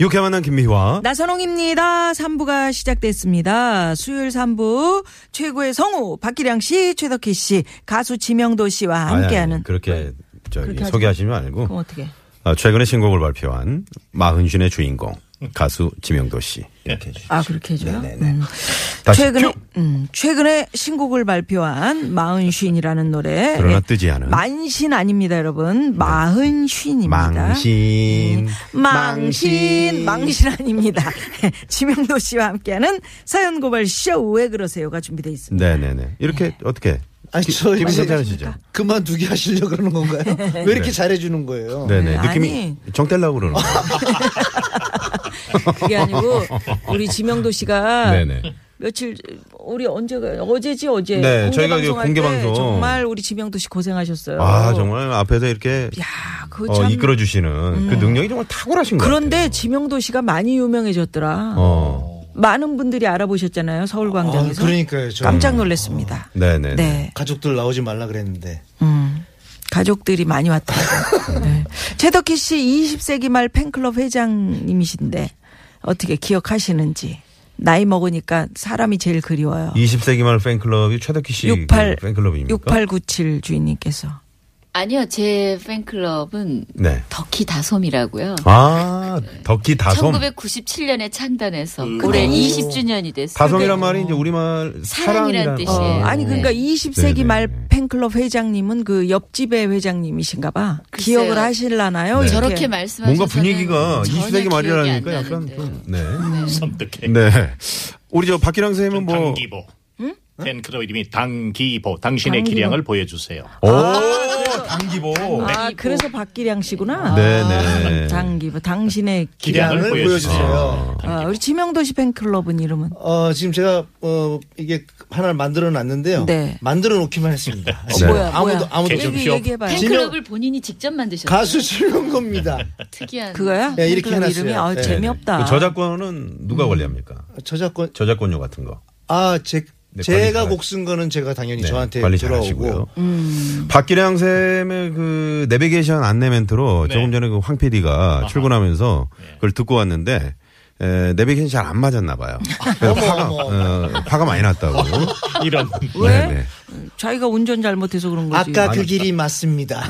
유쾌 만난 김미화. 나선홍입니다. 3부가 시작됐습니다. 수요일 3부 최고의 성우 박기량 씨, 최덕희 씨, 가수 지명도 씨와 아니, 아니, 함께하는 그렇게 저기 그렇게 하지 소개하시면 아니고 그럼 어떻게? 아, 최근에 신곡을 발표한 마흔쉰의 주인공 가수 지명도 씨 이렇게 해주시죠. 아 그렇게 해줘요. 네, 음. 다시 최근에 쭉! 음, 최근에 신곡을 발표한 마흔쉰이라는 노래. 그러나 네. 예. 뜨지 않은 만신 아닙니다, 여러분. 마흔쉰입니다. 음. 망신 망신, 망신 아닙니다. 지명도 씨와 함께하는 사연 고발 쇼 왜 그러세요가 준비되어 있습니다. 네네네 이렇게 어떻게 아니 기- 저 기분 이제 괜찮으시죠? 그만두게 하시려고 그러는 건가요? 왜 이렇게 네. 잘해주는 거예요? 네네 아니. 느낌이 정달라고 그러는 거예요. 그게 아니고 우리 지명도 씨가 네네. 며칠 우리 언제가 어제지 어제 네, 공개 저희가 방송할 공개 때 방송. 정말 우리 지명도 씨 고생하셨어요. 아 정말 앞에서 이렇게 야, 그거 어, 참. 음. 이끌어 주시는 그 능력이 정말 탁월하신 거예요. 그런데 지명도 씨가 많이 유명해졌더라. 어 많은 분들이 알아보셨잖아요 서울 아, 광장에서. 그러니까요. 저 깜짝 놀랐습니다. 네네. 네. 네. 가족들 나오지 말라 그랬는데 음. 가족들이 많이 왔다고. 네. 최덕희 씨 20세기 말 팬클럽 회장님이신데 어떻게 기억하시는지. 나이 먹으니까 사람이 제일 그리워요. 20세기 말 팬클럽이 최덕희 씨 68 팬클럽입니까? 6897 주인님께서 아니요, 제 팬클럽은 네. 덕희 다솜이라고요. 아 덕희 다솜. 어. 1997년에 창단해서 음. 올해 20주년이 됐어요. 다솜이란 말이 이제 우리말 사랑이란 사랑이란 어, 예. 아니 그러니까 20세기 네네. 말 팬클럽 회장님은 그 옆집의 회장님이신가 봐. 글쎄요. 기억을 하실라나요? 네. 이렇게. 네. 저렇게 말씀하셔서 뭔가 분위기가 20세기 말이라니까 약간 좀 네. 섬뜩해. 네. 우리 저 박기랑 선생님은 뭐 당기보. 팬클럽 이름이 당기보. 당신의 기량을 보여주세요. 오, 당기보. 아 그래서 박기량 씨구나. 네네. 아, 장기부 당신의 기량. 기량을 보여주세요. 보여주세요. 아, 우리 지명도 씨 팬클럽은 이름은 어, 지금 제가 어, 이게 하나를 만들어 놨는데요. 네. 만들어 놓기만 했습니다. 네. 뭐야? 아무도 뭐야? 아무도 개점. 얘기 쇼. 얘기해봐요. 팬클럽을 본인이 직접 만드셨어요. 가수 주는 겁니다. 네. 특이한 그거야? 네, 이렇게 팬클럽 해놨어요. 이름이 아, 네. 재미없다. 그 저작권은 누가 관리합니까? 저작권 저작권료 같은 거. 아, 제 네, 제가 관리 곡 쓴 거는 제가 당연히 네, 저한테 관리 잘 하시고요. 들어오고 음. 박기량 쌤의 그 내비게이션 안내 멘트로 네. 조금 전에 그황 PD가 출근하면서 네. 그걸 듣고 왔는데 에, 내비게이션이 잘 안 맞았나 봐요. 그래서 화가, 어, 화가 많이 났다고. 이런. 왜? 네, 네. 자기가 운전 잘못해서 그런 거지. 아까 그 길이 맞습니다.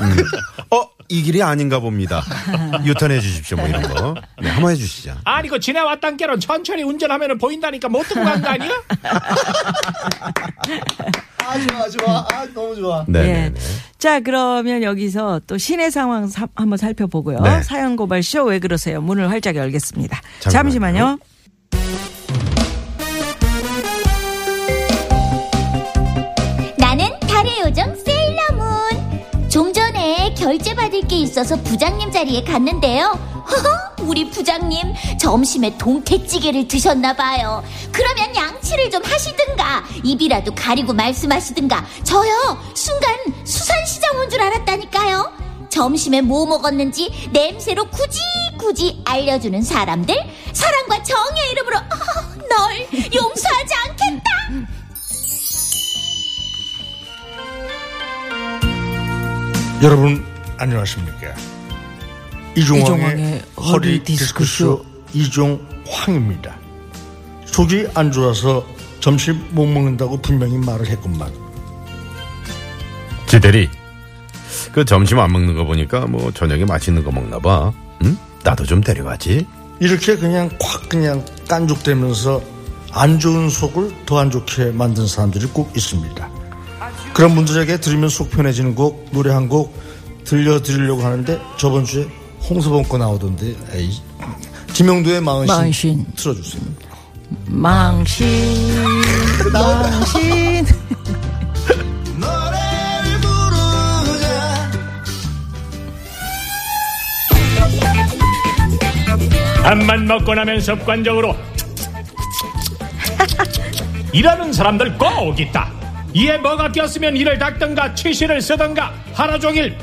어, 이 길이 아닌가 봅니다. 유턴해 주십시오. 뭐 이런 거. 네, 한번 해 주시죠. 아니 그 지나왔던 길은 천천히 운전하면 보인다니까 못 듣고 간 거 아니야? 아, 좋아, 좋아. 아, 너무 좋아. 네. 예. 네, 네. 자, 그러면 여기서 또 시내 상황 사- 한번 살펴보고요. 네. 사연 고발 쇼 왜 그러세요? 문을 활짝 열겠습니다. 잠시만요. 잠시만요. 나는 달의 요정 세일러문. 좀 전에 결제받을 게 있어서 부장님 자리에 갔는데요. 허허, 우리 부장님 점심에 동태찌개를 드셨나 봐요. 그러면 양치를 좀 하시든가 입이라도 가리고 말씀하시든가 저요 순간 수산시장 온 줄 알았다니까요. 점심에 뭐 먹었는지 냄새로 굳이 굳이 알려주는 사람들 사랑과 정의의 이름으로 허허, 널 용서하지 않겠다. 여러분 안녕하십니까 이종황의, 이종황의 허리 허리 디스크쇼 디스크쇼 이종황입니다 속이 안 좋아서 점심 못 먹는다고 분명히 말을 했건만 지대리. 그 점심 안 먹는 거 보니까 뭐 저녁에 맛있는 거 먹나 봐. 응? 나도 좀 데려가지. 이렇게 그냥 콱 그냥 깐죽대면서 안 좋은 속을 더 안 좋게 만든 사람들이 꼭 있습니다 그런 분들에게 들으면 속 편해지는 곡 노래 한 곡 들려드리려고 하는데 저번 주에 홍서범 거 나오던데 에이. 지명도의 마흔신, 마흔신. 틀어주세요 망신, 망신. 노래를 부르자 아 밥만 먹고 나면 습관적으로 일하는 사람들 꼭 있다. 이에 뭐가 꼈으면 이를 닦든가 치실을 쓰든가 하루 종일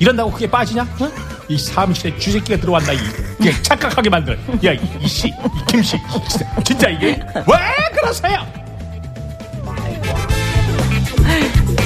이런다고 그게 빠지냐? 어? 이 사무실에 쥐새끼가 들어왔나 이 이게 착각하게 만드는 야이씨 이 김씨 진짜, 진짜 이게 왜 그러세요?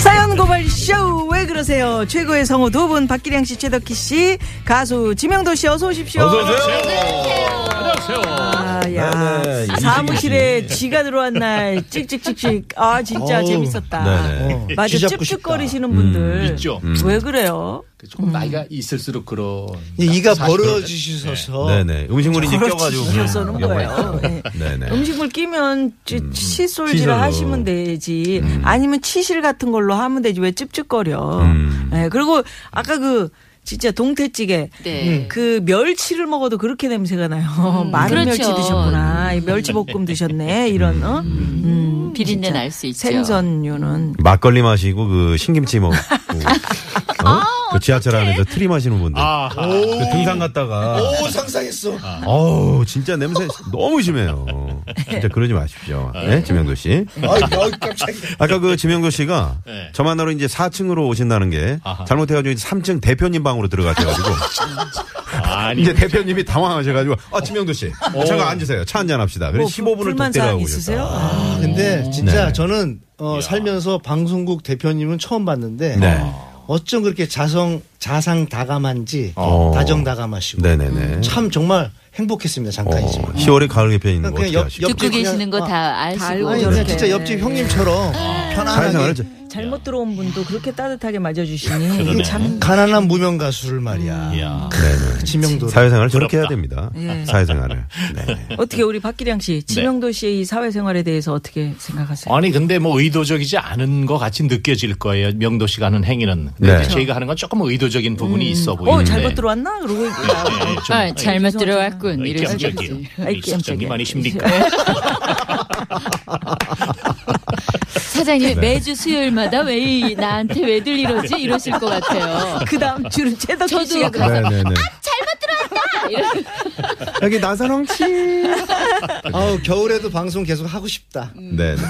사연 고발 쇼! 왜 그러세요? 최고의 성우 두 분, 박기량 씨, 최덕희 씨, 가수 지명도 씨, 어서 오십시오. 안녕하세요. 아, 야. 네네, 이승기 사무실에 쥐가 들어온 날 찍찍찍찍. 아, 진짜 어우, 재밌었다. 네네. 어, 맞아, 쥐 잡고 찝찝거리시는 분들. 있죠. 왜 그래요? 조금 나이가 있을수록 그런 싶다. 이 이가 사실은 벌어지셔서 네네. 음식물이 이제 껴가지고. 음, 걸어치기 쓰는 거예요. 네. 네네. 음식물 끼면 칫솔질 칫솔로. 하시면 되지. 아니면 치실 같은 걸로 하면 되지. 왜 찝찝거려. 음. 네, 그리고 아까 그 진짜 동태찌개. 네. 그 멸치를 먹어도 그렇게 냄새가 나요. 마른 그렇죠. 멸치 드셨구나. 이 멸치 볶음 드셨네. 이런 어? 음, 그 비린내 진짜. 날 수 있죠. 생선류는 막걸리 마시고 그 신김치 먹고 어? 아, 그 지하철 안에서 트리 마시는 분들 아, 그 등산 갔다가 오 상상했어 아. 어우 진짜 냄새 너무 심해요 진짜 그러지 마십시오 네. 예? 지명도 씨 아이 아이, 깜짝이야 아까 그 지명도 씨가 네. 저 만나러 이제 4층으로 오신다는 게 아하. 잘못해가지고 이제 3층 대표님 방으로 들어가셔가지고 아니 이제 대표님이 당황하셔가지고 아 지명도 씨 잠깐 앉으세요 차 한잔 합시다 그래 뭐 15분을 불만 독대를 사항 하고 있으세요? 오셨다 아, 아, 근데 진짜 음. 네. 저는 어, 살면서 방송국 대표님은 처음 봤는데 네. 어쩜 그렇게 자성 자상 다감한지 어. 다정 다감하시고 음. 네네네 참 정말 행복했습니다 그러니까 어, 잠깐이지만. 10월에 가을 개편 있는 거뭐 그냥 어떻게 옆- 아시죠? 옆- 듣고 옆집 그냥- 계시는 거 다 알고 아시고 아니, 저렇게. 네. 그냥 진짜 옆집 형님처럼 사회생활을 편안하게 이제 잘못 들어온 분도 그렇게 따뜻하게 네. 맞아주시니 참 가난한 무명 가수를 음. 말이야. 예. 야. 네네. 지명도 사회생활을 저렇게 해야 됩니다. 음. 사회생활을. 네. 어떻게 우리 박기량 씨, 지명도 씨의 이 사회생활에 대해서 어떻게 생각하세요? 아니 근데 뭐 의도적이지 않은 것 같이 느껴질 거예요. 명도 씨가 하는 행위는 네. 근데 저희가 하는 건 조금 의도적인 부분이 있어 보이는데. 음, 어, 잘못 들어왔나? 그러고 네, 예, 좀 아, 잘못 들어왔군. 이 이러시죠. 깜짝이에요. 아이, 이 사장님 깜짝이야. 아니십니까? 사장님 매주 수요일마다 왜 이- 나한테 왜들 이러지 이러실 것 같아요. 그 다음 주는 최덕희 저도 씨가 그래요. 네네네. 여기 네. 나사롱치. 아우 겨울에도 방송 계속 하고 싶다. 음. 네네.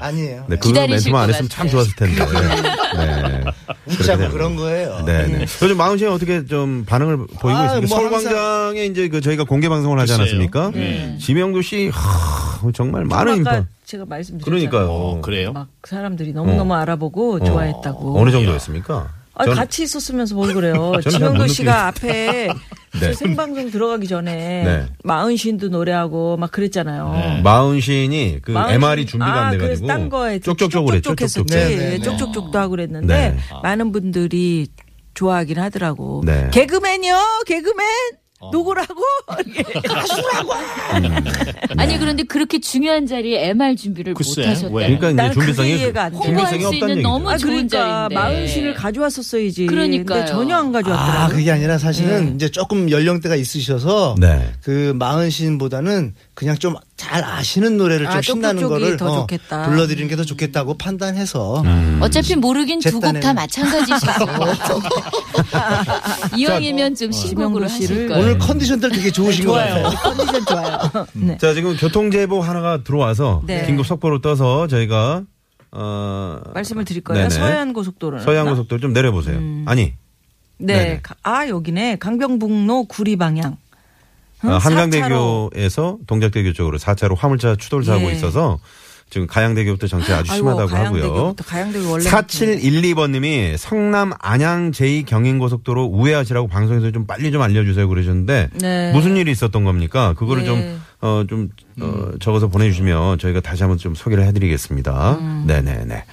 아니에요. 네, 그거 기다리실 멘트만 안 것 했으면 참 같아요. 좋았을 텐데. 네. 웃자고 그런 거예요. 네네. 요즘 마흔 씨는 어떻게 좀 반응을 보이고 아, 있습니까? 뭐 서울광장에 이제 그 저희가 공개 방송을 하지 글쎄요. 않았습니까? 네. 지명도 씨, 하, 정말 많은 아까 인파. 제가 말씀드렸잖아요. 그러니까요. 어. 어, 그래요? 막 사람들이 너무너무 알아보고 좋아했다고. 어느 정도였습니까? 아, 전- 같이 있었으면서 뭘 그래요. 저는 지명도 못 씨가 앞에 저 네. 생방송 들어가기 전에 네. 마흔신도 노래하고 막 그랬잖아요. 마흔 시인이 그 네. 마흔신- MR이 준비가 아, 안 그래서 딴 거에 돼가지고 쪽쪽쪽으로 했죠. 쪽쪽했었지. 쪽쪽쪽. 네, 네, 네. 쪽쪽쪽도 하고 그랬는데 네. 많은 분들이 좋아하긴 하더라고. 네. 어. 개그맨이요, 개그맨 누구라고? 예. 아, 아니 그런데 그렇게 중요한 자리에 MR 준비를 못 글쎄, 왜? 하셨다. 그러니까 나는 이제 네. 그게 준비성이 이해가 안 돼. 홍보할 준비성이 수 없다는 있는 얘기죠. 너무 아, 좋은 그러니까 자리인데. 마흔신을 가져왔었어야지. 그러니까요. 근데 전혀 안 아 가져왔더라고. 그게 아니라 사실은 네. 이제 조금 연령대가 있으셔서 네. 그 마흔 씨보다는 그냥 좀 잘 아시는 노래를 좀 아, 신나는 쪽쪽쪽이 거를 어, 더 좋겠다. 불러드리는 게 더 좋겠다고 판단해서 음. 어차피 모르긴 두 곡 다 제 딴에는. 마찬가지시죠. 이왕이면 좀 신곡으로 지명도 씨를 하실 오늘 걸. 컨디션들 되게 좋으신 것 같아요. 컨디션 좋아요. 네. 자 지금 교통제보 하나가 들어와서 네. 긴급 속보로 떠서 저희가 어 말씀을 드릴 거예요. 네네. 서해안 고속도로는 서양 고속도로 좀 내려보세요. 음. 아니 네. 네네. 가- 아, 여기네. 강병북로 구리 방향. 어, 응? 사차로. 한강대교에서 동작대교 쪽으로 4차로 화물차 추돌 사고 예. 있어서 지금 가양대교부터 정체 아주 아이고, 심하다고 하고요. 가양대교부터, 가양대교 원래 4712번님이 성남 안양 제2경인고속도로 우회하시라고 방송에서 좀 빨리 좀 알려주세요 그러셨는데 네. 무슨 일이 있었던 겁니까? 그거를 예. 좀 어, 좀 어, 적어서 보내주시면 저희가 다시 한번 좀 소개를 해드리겠습니다. 음. 네네네.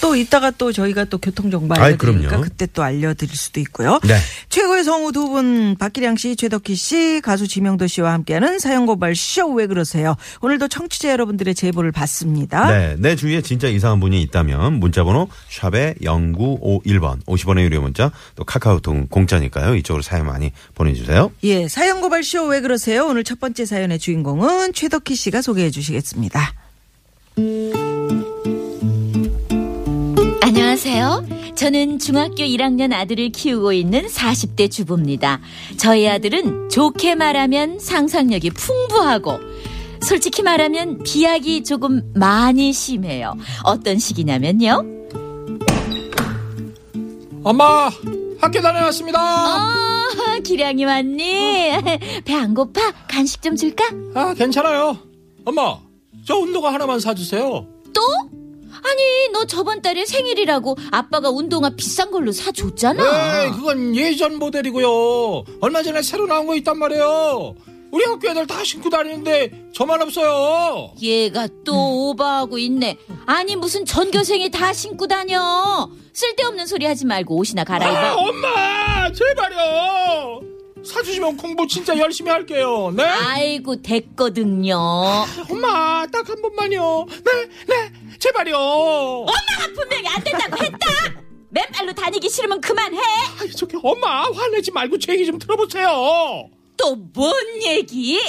또 이따가 또 저희가 또 교통 정보 아이, 알려드리니까 그럼요. 그때 또 알려드릴 수도 있고요. 네. 최고의 성우 두 분 박기량 씨, 최덕희 씨, 가수 지명도 씨와 함께하는 사연고발 쇼 왜 그러세요? 오늘도 청취자 여러분들의 제보를 받습니다. 네, 내 주위에 진짜 이상한 분이 있다면 문자번호 샵에 0951번 50원의 유료 문자 또 카카오톡 공짜니까요. 이쪽으로 사연 많이 보내주세요. 예, 사연고발 쇼 왜 그러세요? 오늘 첫 번째 사연의 주인공은 최덕희 씨가 소개해 주시겠습니다. 안녕하세요. 저는 중학교 1학년 아들을 키우고 있는 40대 주부입니다. 저희 아들은 좋게 말하면 상상력이 풍부하고 솔직히 말하면 비약이 조금 많이 심해요. 어떤 식이냐면요. 엄마 학교 다녀왔습니다. 아, 기량이 왔니? 배 안 고파? 간식 좀 줄까? 아 괜찮아요. 엄마 저 운동화 하나만 사주세요. 또? 아니, 너 저번 달에 생일이라고 아빠가 운동화 비싼 걸로 사줬잖아. 에이 네, 그건 예전 모델이고요. 얼마 전에 새로 나온 거 있단 말이에요. 우리 학교 애들 다 신고 다니는데 저만 없어요. 얘가 또 오버하고 있네. 아니, 무슨 전교생이 다 신고 다녀. 쓸데없는 소리 하지 말고 옷이나 아, 갈아입어. 엄마 제발요. 사주시면 공부 진짜 열심히 할게요. 네. 아이고, 그- 됐거든요. 엄마 딱 한 번만요. 네, 네, 제발요. 엄마가 분명히 안 된다고 했다! 맨발로 다니기 싫으면 그만해! 아이, 저기 엄마 화내지 말고 제 얘기 좀 들어보세요. 또 뭔 얘기?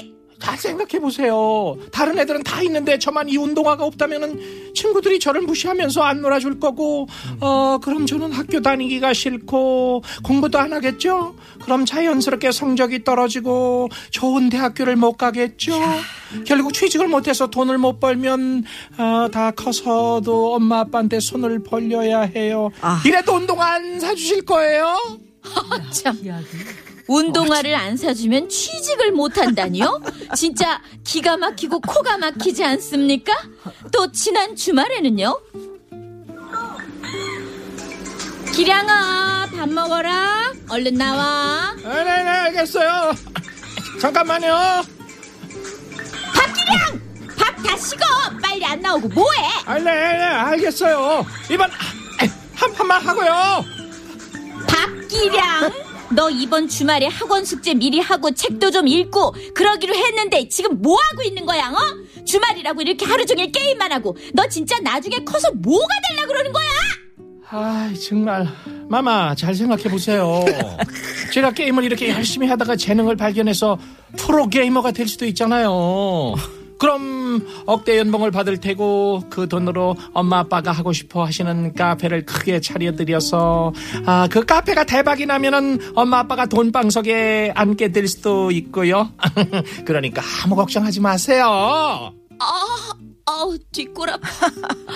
잘 생각해 보세요. 다른 애들은 다 있는데 저만 이 운동화가 없다면은 친구들이 저를 무시하면서 안 놀아줄 거고, 어 그럼 저는 학교 다니기가 싫고 공부도 안 하겠죠. 그럼 자연스럽게 성적이 떨어지고 좋은 대학교를 못 가겠죠. 결국 취직을 못해서 돈을 못 벌면 어, 다 커서도 엄마 아빠한테 손을 벌려야 해요. 아. 이래도 운동화 안 사주실 거예요? 운동화를 안 사주면 취직을 못한다니요? 진짜 기가 막히고 코가 막히지 않습니까? 또 지난 주말에는요? 기량아, 밥 먹어라. 얼른 나와. 네네 네, 알겠어요. 잠깐만요. 밥기량! 밥 다 식어! 빨리 안 나오고 뭐해? 아, 네, 네, 알겠어요. 이번 아, 한 판만 하고요. 밥기량! 너 이번 주말에 학원 숙제 미리 하고 책도 좀 읽고 그러기로 했는데 지금 뭐 하고 있는 거야, 어? 주말이라고 이렇게 하루 종일 게임만 하고 너 진짜 나중에 커서 뭐가 되려 그러는 거야? 아, 정말 마마 잘 생각해 보세요. 제가 게임을 이렇게 열심히 하다가 재능을 발견해서 프로 게이머가 될 수도 있잖아요. 그럼 억대 연봉을 받을 테고 그 돈으로 엄마 아빠가 하고 싶어 하시는 카페를 크게 차려드려서 아 그 카페가 대박이 나면은 엄마 아빠가 돈방석에 앉게 될 수도 있고요. 그러니까 아무 걱정하지 마세요. 아우 뒷골 아파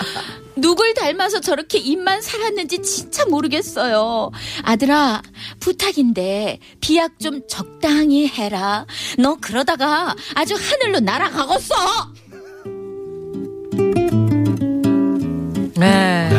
누굴 닮아서 저렇게 입만 살았는지 진짜 모르겠어요 아들아 부탁인데 비약 좀 적당히 해라 너 그러다가 아주 하늘로 날아가겠어 네.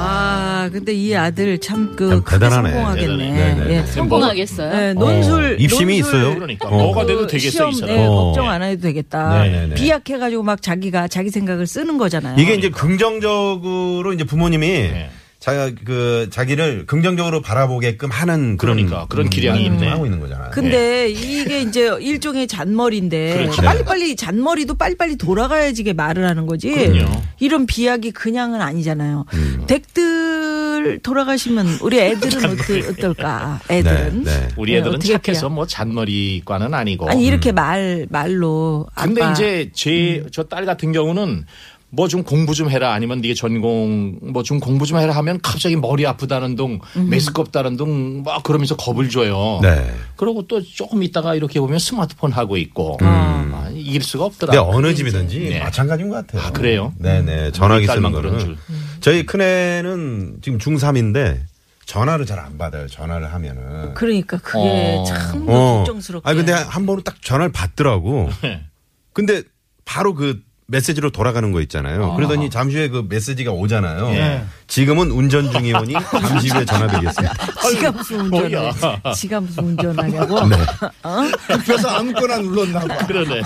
아, 근데 이 아들 참 그 참 크게 대단하네. 성공하겠네. 대단해. 네, 네. 예. 성공하겠어요 네, 논술 어, 입심이 논술 있어요. 그러니까 어. 뭐가 돼도 그 되겠어 시험, 이 사람. 네, 어. 걱정 안 해도 되겠다. 네, 네, 네. 비약해가지고 막 자기가 자기 생각을 쓰는 거잖아요. 이게 이제 긍정적으로 이제 부모님이 네. 자기 그 자기를 긍정적으로 바라보게끔 하는 그런 그러니까, 그런 기량이 음, 있네. 하고 있는 거잖아요. 근데 이게 이제 일종의 잔머리인데 예. 그렇죠. 빨리빨리 잔머리도 빨리빨리 돌아가야지 이게 말을 하는 거지. 그럼요. 음. 이런 비약이 그냥은 아니잖아요. 댁들 돌아가시면 우리 애들은 어떠, 어떨까? 애들은 네, 네. 우리 네, 애들은 어떻게 착해서 할게요? 뭐 잔머리과는 아니고. 아니 이렇게 말 말로 근데 아빠 음. 이제 제 저 딸 같은 경우는 뭐 좀 공부 좀 해라 아니면 네게 전공 뭐 좀 공부 좀 해라 하면 갑자기 머리 아프다는 둥 음. 메스껍다는 둥 막 그러면서 겁을 줘요. 네. 그러고 또 조금 있다가 이렇게 보면 스마트폰 하고 있고 아, 이길 수가 없더라. 근데 음. 어느 집이든지 네. 마찬가지인 것 같아요. 아, 그래요? 네네. 전화기 우리 쓰는 딸만 그런 거는. 줄. 저희 큰애는 지금 중3인데 전화를 잘 안 받아요. 전화를 하면은. 그러니까 그게 어. 참 어. 걱정스럽게. 아니, 근데 한 번은 딱 전화를 받더라고. 네. 근데 바로 그 메시지로 돌아가는 거 어. 있잖아요. 그러더니 잠시 후에 그 메시지가 오잖아요. 예. 지금은 운전 중이오니 잠시 후에 전화드리겠습니다. 지가 무슨 운전을? 지가 무슨 운전하냐고? 네. 그래서 아무거나 눌렀나 봐. 그러네.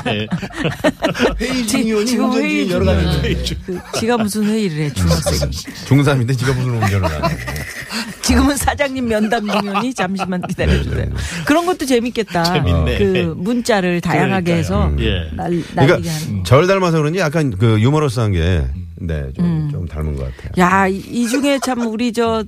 회의 지- 중이오니 지금 운전 회의 중이 여러 가지. 중이야. 그 지가 무슨 회의를 해 중학생? 네. 중3인데 지가 무슨 운전을 하냐고. 지금은 사장님 면담 중이니 잠시만 네, 기다려주세요. 그런 것도 재밌겠다. 재밌네. 그 문자를 다양하게 해서 예. 날 날리게 음. 그러니까 하는. 저를 닮아서 그런지 약간 그 유머러스한 게 네, 좀, 음. 좀 닮은 것 같아요. 야, 이- 이 중에 참 우리 저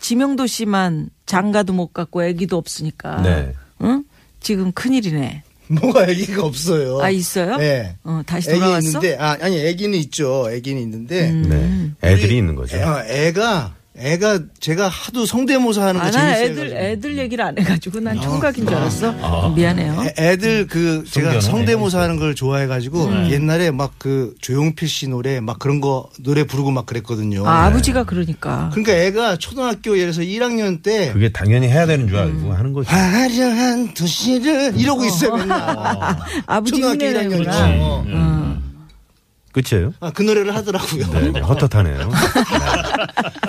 지명도 씨만 장가도 못 갔고 아기도 없으니까. 네. 응? 지금 큰일이네. 뭐가 아기가 없어요. 아, 있어요? 네. 어, 음. 다시 애기 돌아왔어? 있는데 아, 아니 아기는 있죠. 아기는 있는데 음. 네. 애들이 있는 네. 거죠. 애, 가 애가 제가 하도 성대모사 하는 거 아나 재밌어요. 애들 애들 얘기를 안 해가지고 난 총각인 줄 알았어. 아. 아. 미안해요. 애들 그 제가 성대하는 성대모사 하는 걸 좋아해가지고 음. 네. 옛날에 막 그 조용필 씨 노래 막 그런 거 노래 부르고 막 그랬거든요. 아, 아버지가 그러니까. 그러니까 애가 초등학교 예를 들어서 1학년 때 그게 당연히 해야 되는 줄 알고 음. 하는 거지. 화려한 음. 도시를 이러고 있어요 아, 맨날. 아버지 초등학교 흉내내는구나. 1학년이지. 어. 끝이에요? 아, 그 노래를 하더라고요. 네, 음. 네, 헛헛하네요.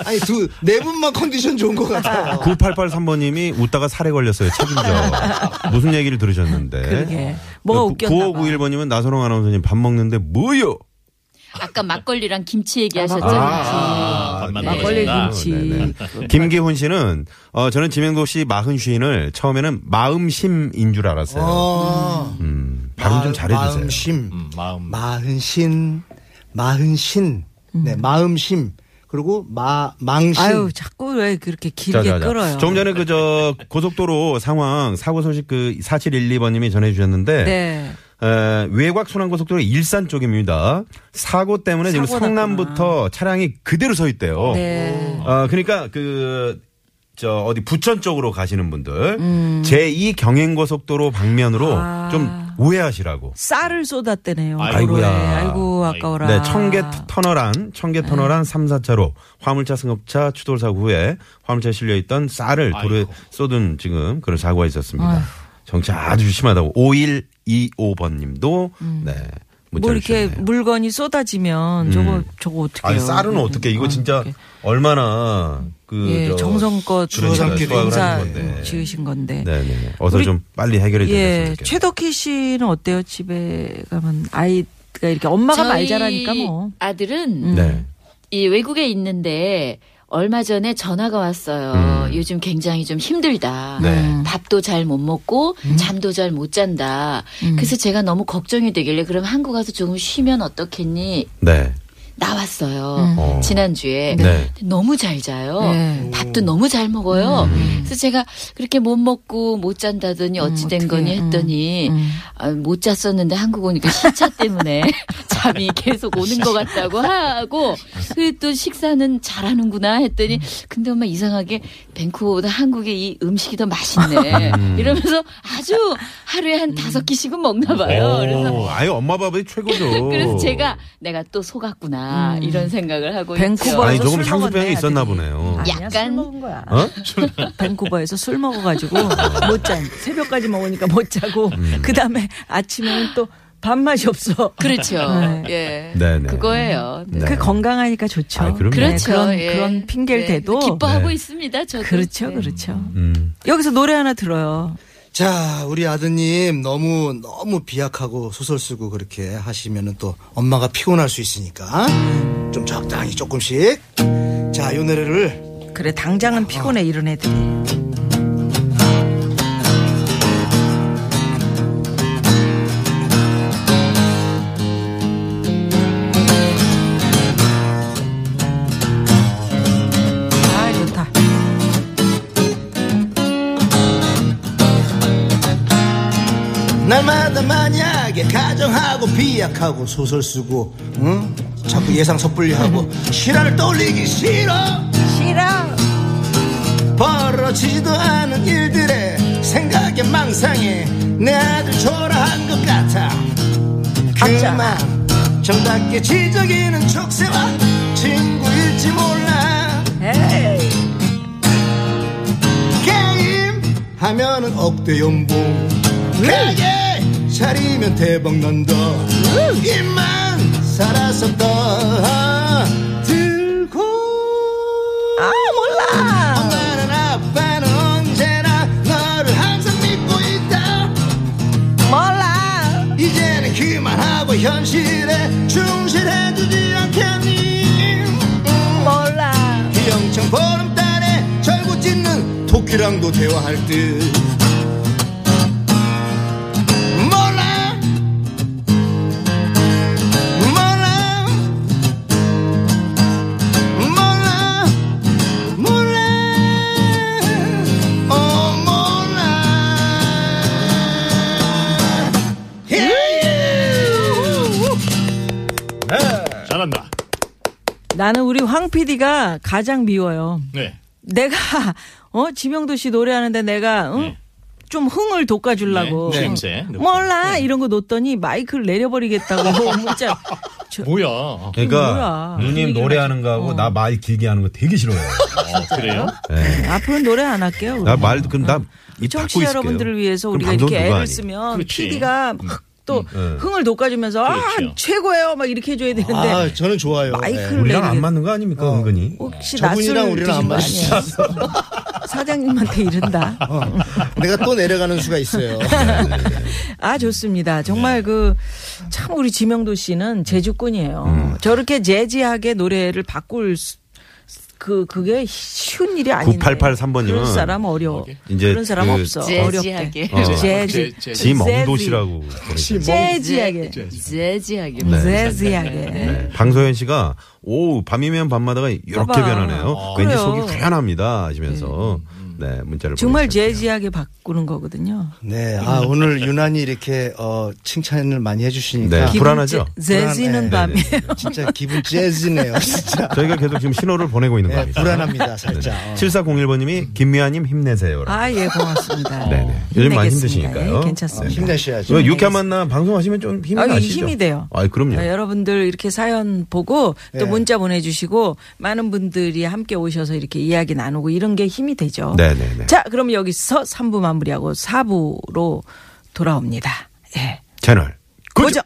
아니 두 네 분만 컨디션 좋은 것 같아요. 그 9883번님이 웃다가 살에 걸렸어요. 책임져. 무슨 얘기를 들으셨는데. 그러게. 뭐가 웃겼나 봐. 9591번님은 나선홍 아나운서님 밥 먹는데 뭐요? 아까 막걸리랑 김치 얘기하셨죠. 아, 밥만 네. 막걸리 먹어준다. 김치. 아, 김기훈 씨는 어, 저는 지명도 씨 마흔 시인을 처음에는 마음심인 줄 알았어요. 어. 음, 발음 좀 잘해주세요. 마음심, 음, 마음. 마흔신, 마흔신, 네 마음심 그리고 마 망신. 아유 자꾸 왜 그렇게 자, 길게 자, 자. 끌어요. 조금 전에 그 저 고속도로 상황 사고 소식 그 4712번님이 전해주셨는데 네. 에, 외곽 순환고속도로 일산 쪽입니다. 사고 때문에 지금 사고 성남부터 차량이 그대로 서 있대요. 네. 어, 그러니까 그, 저, 어디 부천 쪽으로 가시는 분들, 제2 경행고속도로 방면으로 음. 아. 좀 우회하시라고. 쌀을 쏟았대네요. 아이고야. 도로에. 아이고 아까워라. 네. 네, 청계 터널안, 청계 터널안 3, 4차로 화물차 승합차 추돌 사고 후에 화물차에 실려 있던 쌀을 도로에 아이고. 쏟은 지금 그런 사고가 있었습니다. 정치 아주 심하다고 5125번 님도 네. 문자 음. 뭐 이렇게 주셨네요. 음. 물건이 쏟아지면 저거 저거 어떻게 아니 쌀은 어떻게 이거 진짜 얼마나 그 네, 예, 저- 정성껏 줄여서 주워삼기로 수확을 농사 음, 하는 건데. 지으신 건데. 네, 네, 네. 어서 우리- 좀 빨리 해결해 예, 주셨으면 좋겠어요. 최덕희 씨는 어때요? 집에 가면 아이가 이렇게 엄마가 말 잘하니까 뭐. 아들은 네. 이 외국에 있는데 얼마 전에 전화가 왔어요. 음. 요즘 굉장히 좀 힘들다. 네. 밥도 잘 못 먹고 음. 잠도 잘 못 잔다. 그래서 제가 너무 걱정이 되길래 그럼 한국 가서 조금 쉬면 어떻겠니? 네. 나왔어요. 어. 지난주에. 네. 근데 너무 잘 자요. 음. 네. 밥도 너무 잘 먹어요. 그래서 제가 그렇게 못 먹고 못 잔다더니 어찌 된 어떡해. 거니 음. 했더니 음. 아, 못 잤었는데 한국 오니까 시차 때문에 잠이 계속 오는 것 같다고 하고 그또 식사는 잘하는구나 했더니 음. 근데 엄마 이상하게 밴쿠버보다 한국의 이 음식이 더 맛있네 음. 이러면서 아주 하루에 한 다섯 끼씩은 먹나 봐요. 그래서 오, 아유 엄마 밥이 최고죠. 그래서 제가 내가 또 속았구나 이런 생각을 하고 음. 밴쿠버에서 아니, 있죠. 조금 술 향수병이 먹었네, 있었나 아들이. 보네요. 아니야, 술 약간- 먹은 거야. 어? 밴쿠버에서 술 먹어가지고 못 잔. 새벽까지 먹으니까 못 자고 그 다음에 아침에는 또 밥맛이 없어. 그렇죠. 네. 예. 네, 네. 그거예요. 네. 그 건강하니까 좋죠. 네, 아, 그럼요. 그렇죠. 그런, 예. 그런 핑계를 네. 대도. 기뻐하고 네. 있습니다. 저도. 그렇죠, 네. 그렇죠. 음. 여기서 노래 하나 들어요. 자, 우리 아드님 너무 너무 비약하고 소설 쓰고 그렇게 하시면은 또 엄마가 피곤할 수 있으니까 좀 적당히 조금씩. 자, 요 노래를 그래, 당장은 피곤해, 이런 애들이. 아, 좋다. 날마다 만약에 가정하고 비약하고 소설 쓰고, 응? 자꾸 예상 섣불리하고 실화를 떠올리기 싫어. 싫어. 벌어지지도 않은 일들에 생각에 망상에 내 아들 초라한 것 같아. 그만 정답게 지적이는 족쇄와 친구일지 몰라. 에이. 게임 하면은 억대 연봉 내게 차리면 대박 난다 입만 살아서 떠들고 아, 몰라. 엄마는 아빠는 언제나 너를 항상 믿고 있다 몰라. 이제는 그만하고 현실에 충실해주지 않겠니 몰라. 기영청 보름달에 절구 찢는 토끼랑도 대화할 듯 몰라 몰라 몰라 몰라 어 몰라 예. Yeah, yeah. 잘한다. 나는 우리 황 PD가 가장 미워요. 네. 내가 어 지명도 씨 노래하는데 내가 응? 좀 흥을 돋궈주려고 뭐? 네, 냄새. 몰라 이런 거 놓더니 마이크를 내려버리겠다고 문자 저- 뭐야? 어, 그러니까 뭐야. 어. 누님 노래하는 거하고 나 말 길게 하는 거 되게 싫어해요. 어, 그래요? 네. 앞으로 노래 안 할게요. 그럼. 나말 그럼 나이 청취자 여러분들을 위해서 우리가 이렇게 애를 쓰면 그렇지. PD가 막 또 음. 흥을 돋궈주면서 아 그렇죠. 최고예요 막 이렇게 해줘야 되는데 아, 저는 좋아요. 네. 네. 마이크를 네. 우리랑 내리겠- 어. 안 맞는 거 아닙니까 은근히? 혹시 저분이랑 낯을 우리랑 안 드신 거 아니에요? 사장님한테 이른다. 내가 또 내려가는 수가 있어요. 아 좋습니다. 네. 정말 그 참 우리 지명도 씨는 음. 재주꾼이에요. 저렇게 재지하게 노래를 바꿀 수- 그 그게 쉬운 일이 아닌데. 9883번 님은 그런 사람 어려워. 이제 그런 사람 그 없어. 재지하게. 어렵대. 어. 재지. 제- 제- 지멍도시라고 보내셨어요. 재지하게. 재지하게. 재지하게. 네. 방소연 씨가 오 밤이면 밤마다가 이렇게 봐봐. 아, 변하네요. 왠지 그래요. 음, 속이 후련합니다 하시면서 네 문자를 정말 보내주셨고요. 재지하게 바꾸는 거거든요. 네, 아 오늘 유난히 이렇게 어, 칭찬을 많이 해주시니까 네. 불안하죠? 재- 재지는 불안해. 밤에. 진짜 기분 재즈네요, 진짜. 저희가 계속 지금 신호를 보내고 있는 네, 겁니다. 불안합니다, 살짝. 어. 7401번님이 김미아님 힘내세요. 아 예 고맙습니다. 네네. 요즘 많이 힘내겠습니다. 힘드시니까요. 예, 괜찮습니다. 네, 힘내셔야죠. 네. 왜 유쾌한 만남 방송하시면 좀 힘이 아, 이게 나시죠? 힘이 돼요. 아, 그럼요. 아, 여러분들 이렇게 사연 보고 또 네. 문자 보내주시고 많은 분들이 함께 오셔서 이렇게 이야기 나누고 이런 게 힘이 되죠. 네네네. 자, 그럼 여기서 3부 마무리하고 4부로 돌아옵니다. 예. 채널 고정!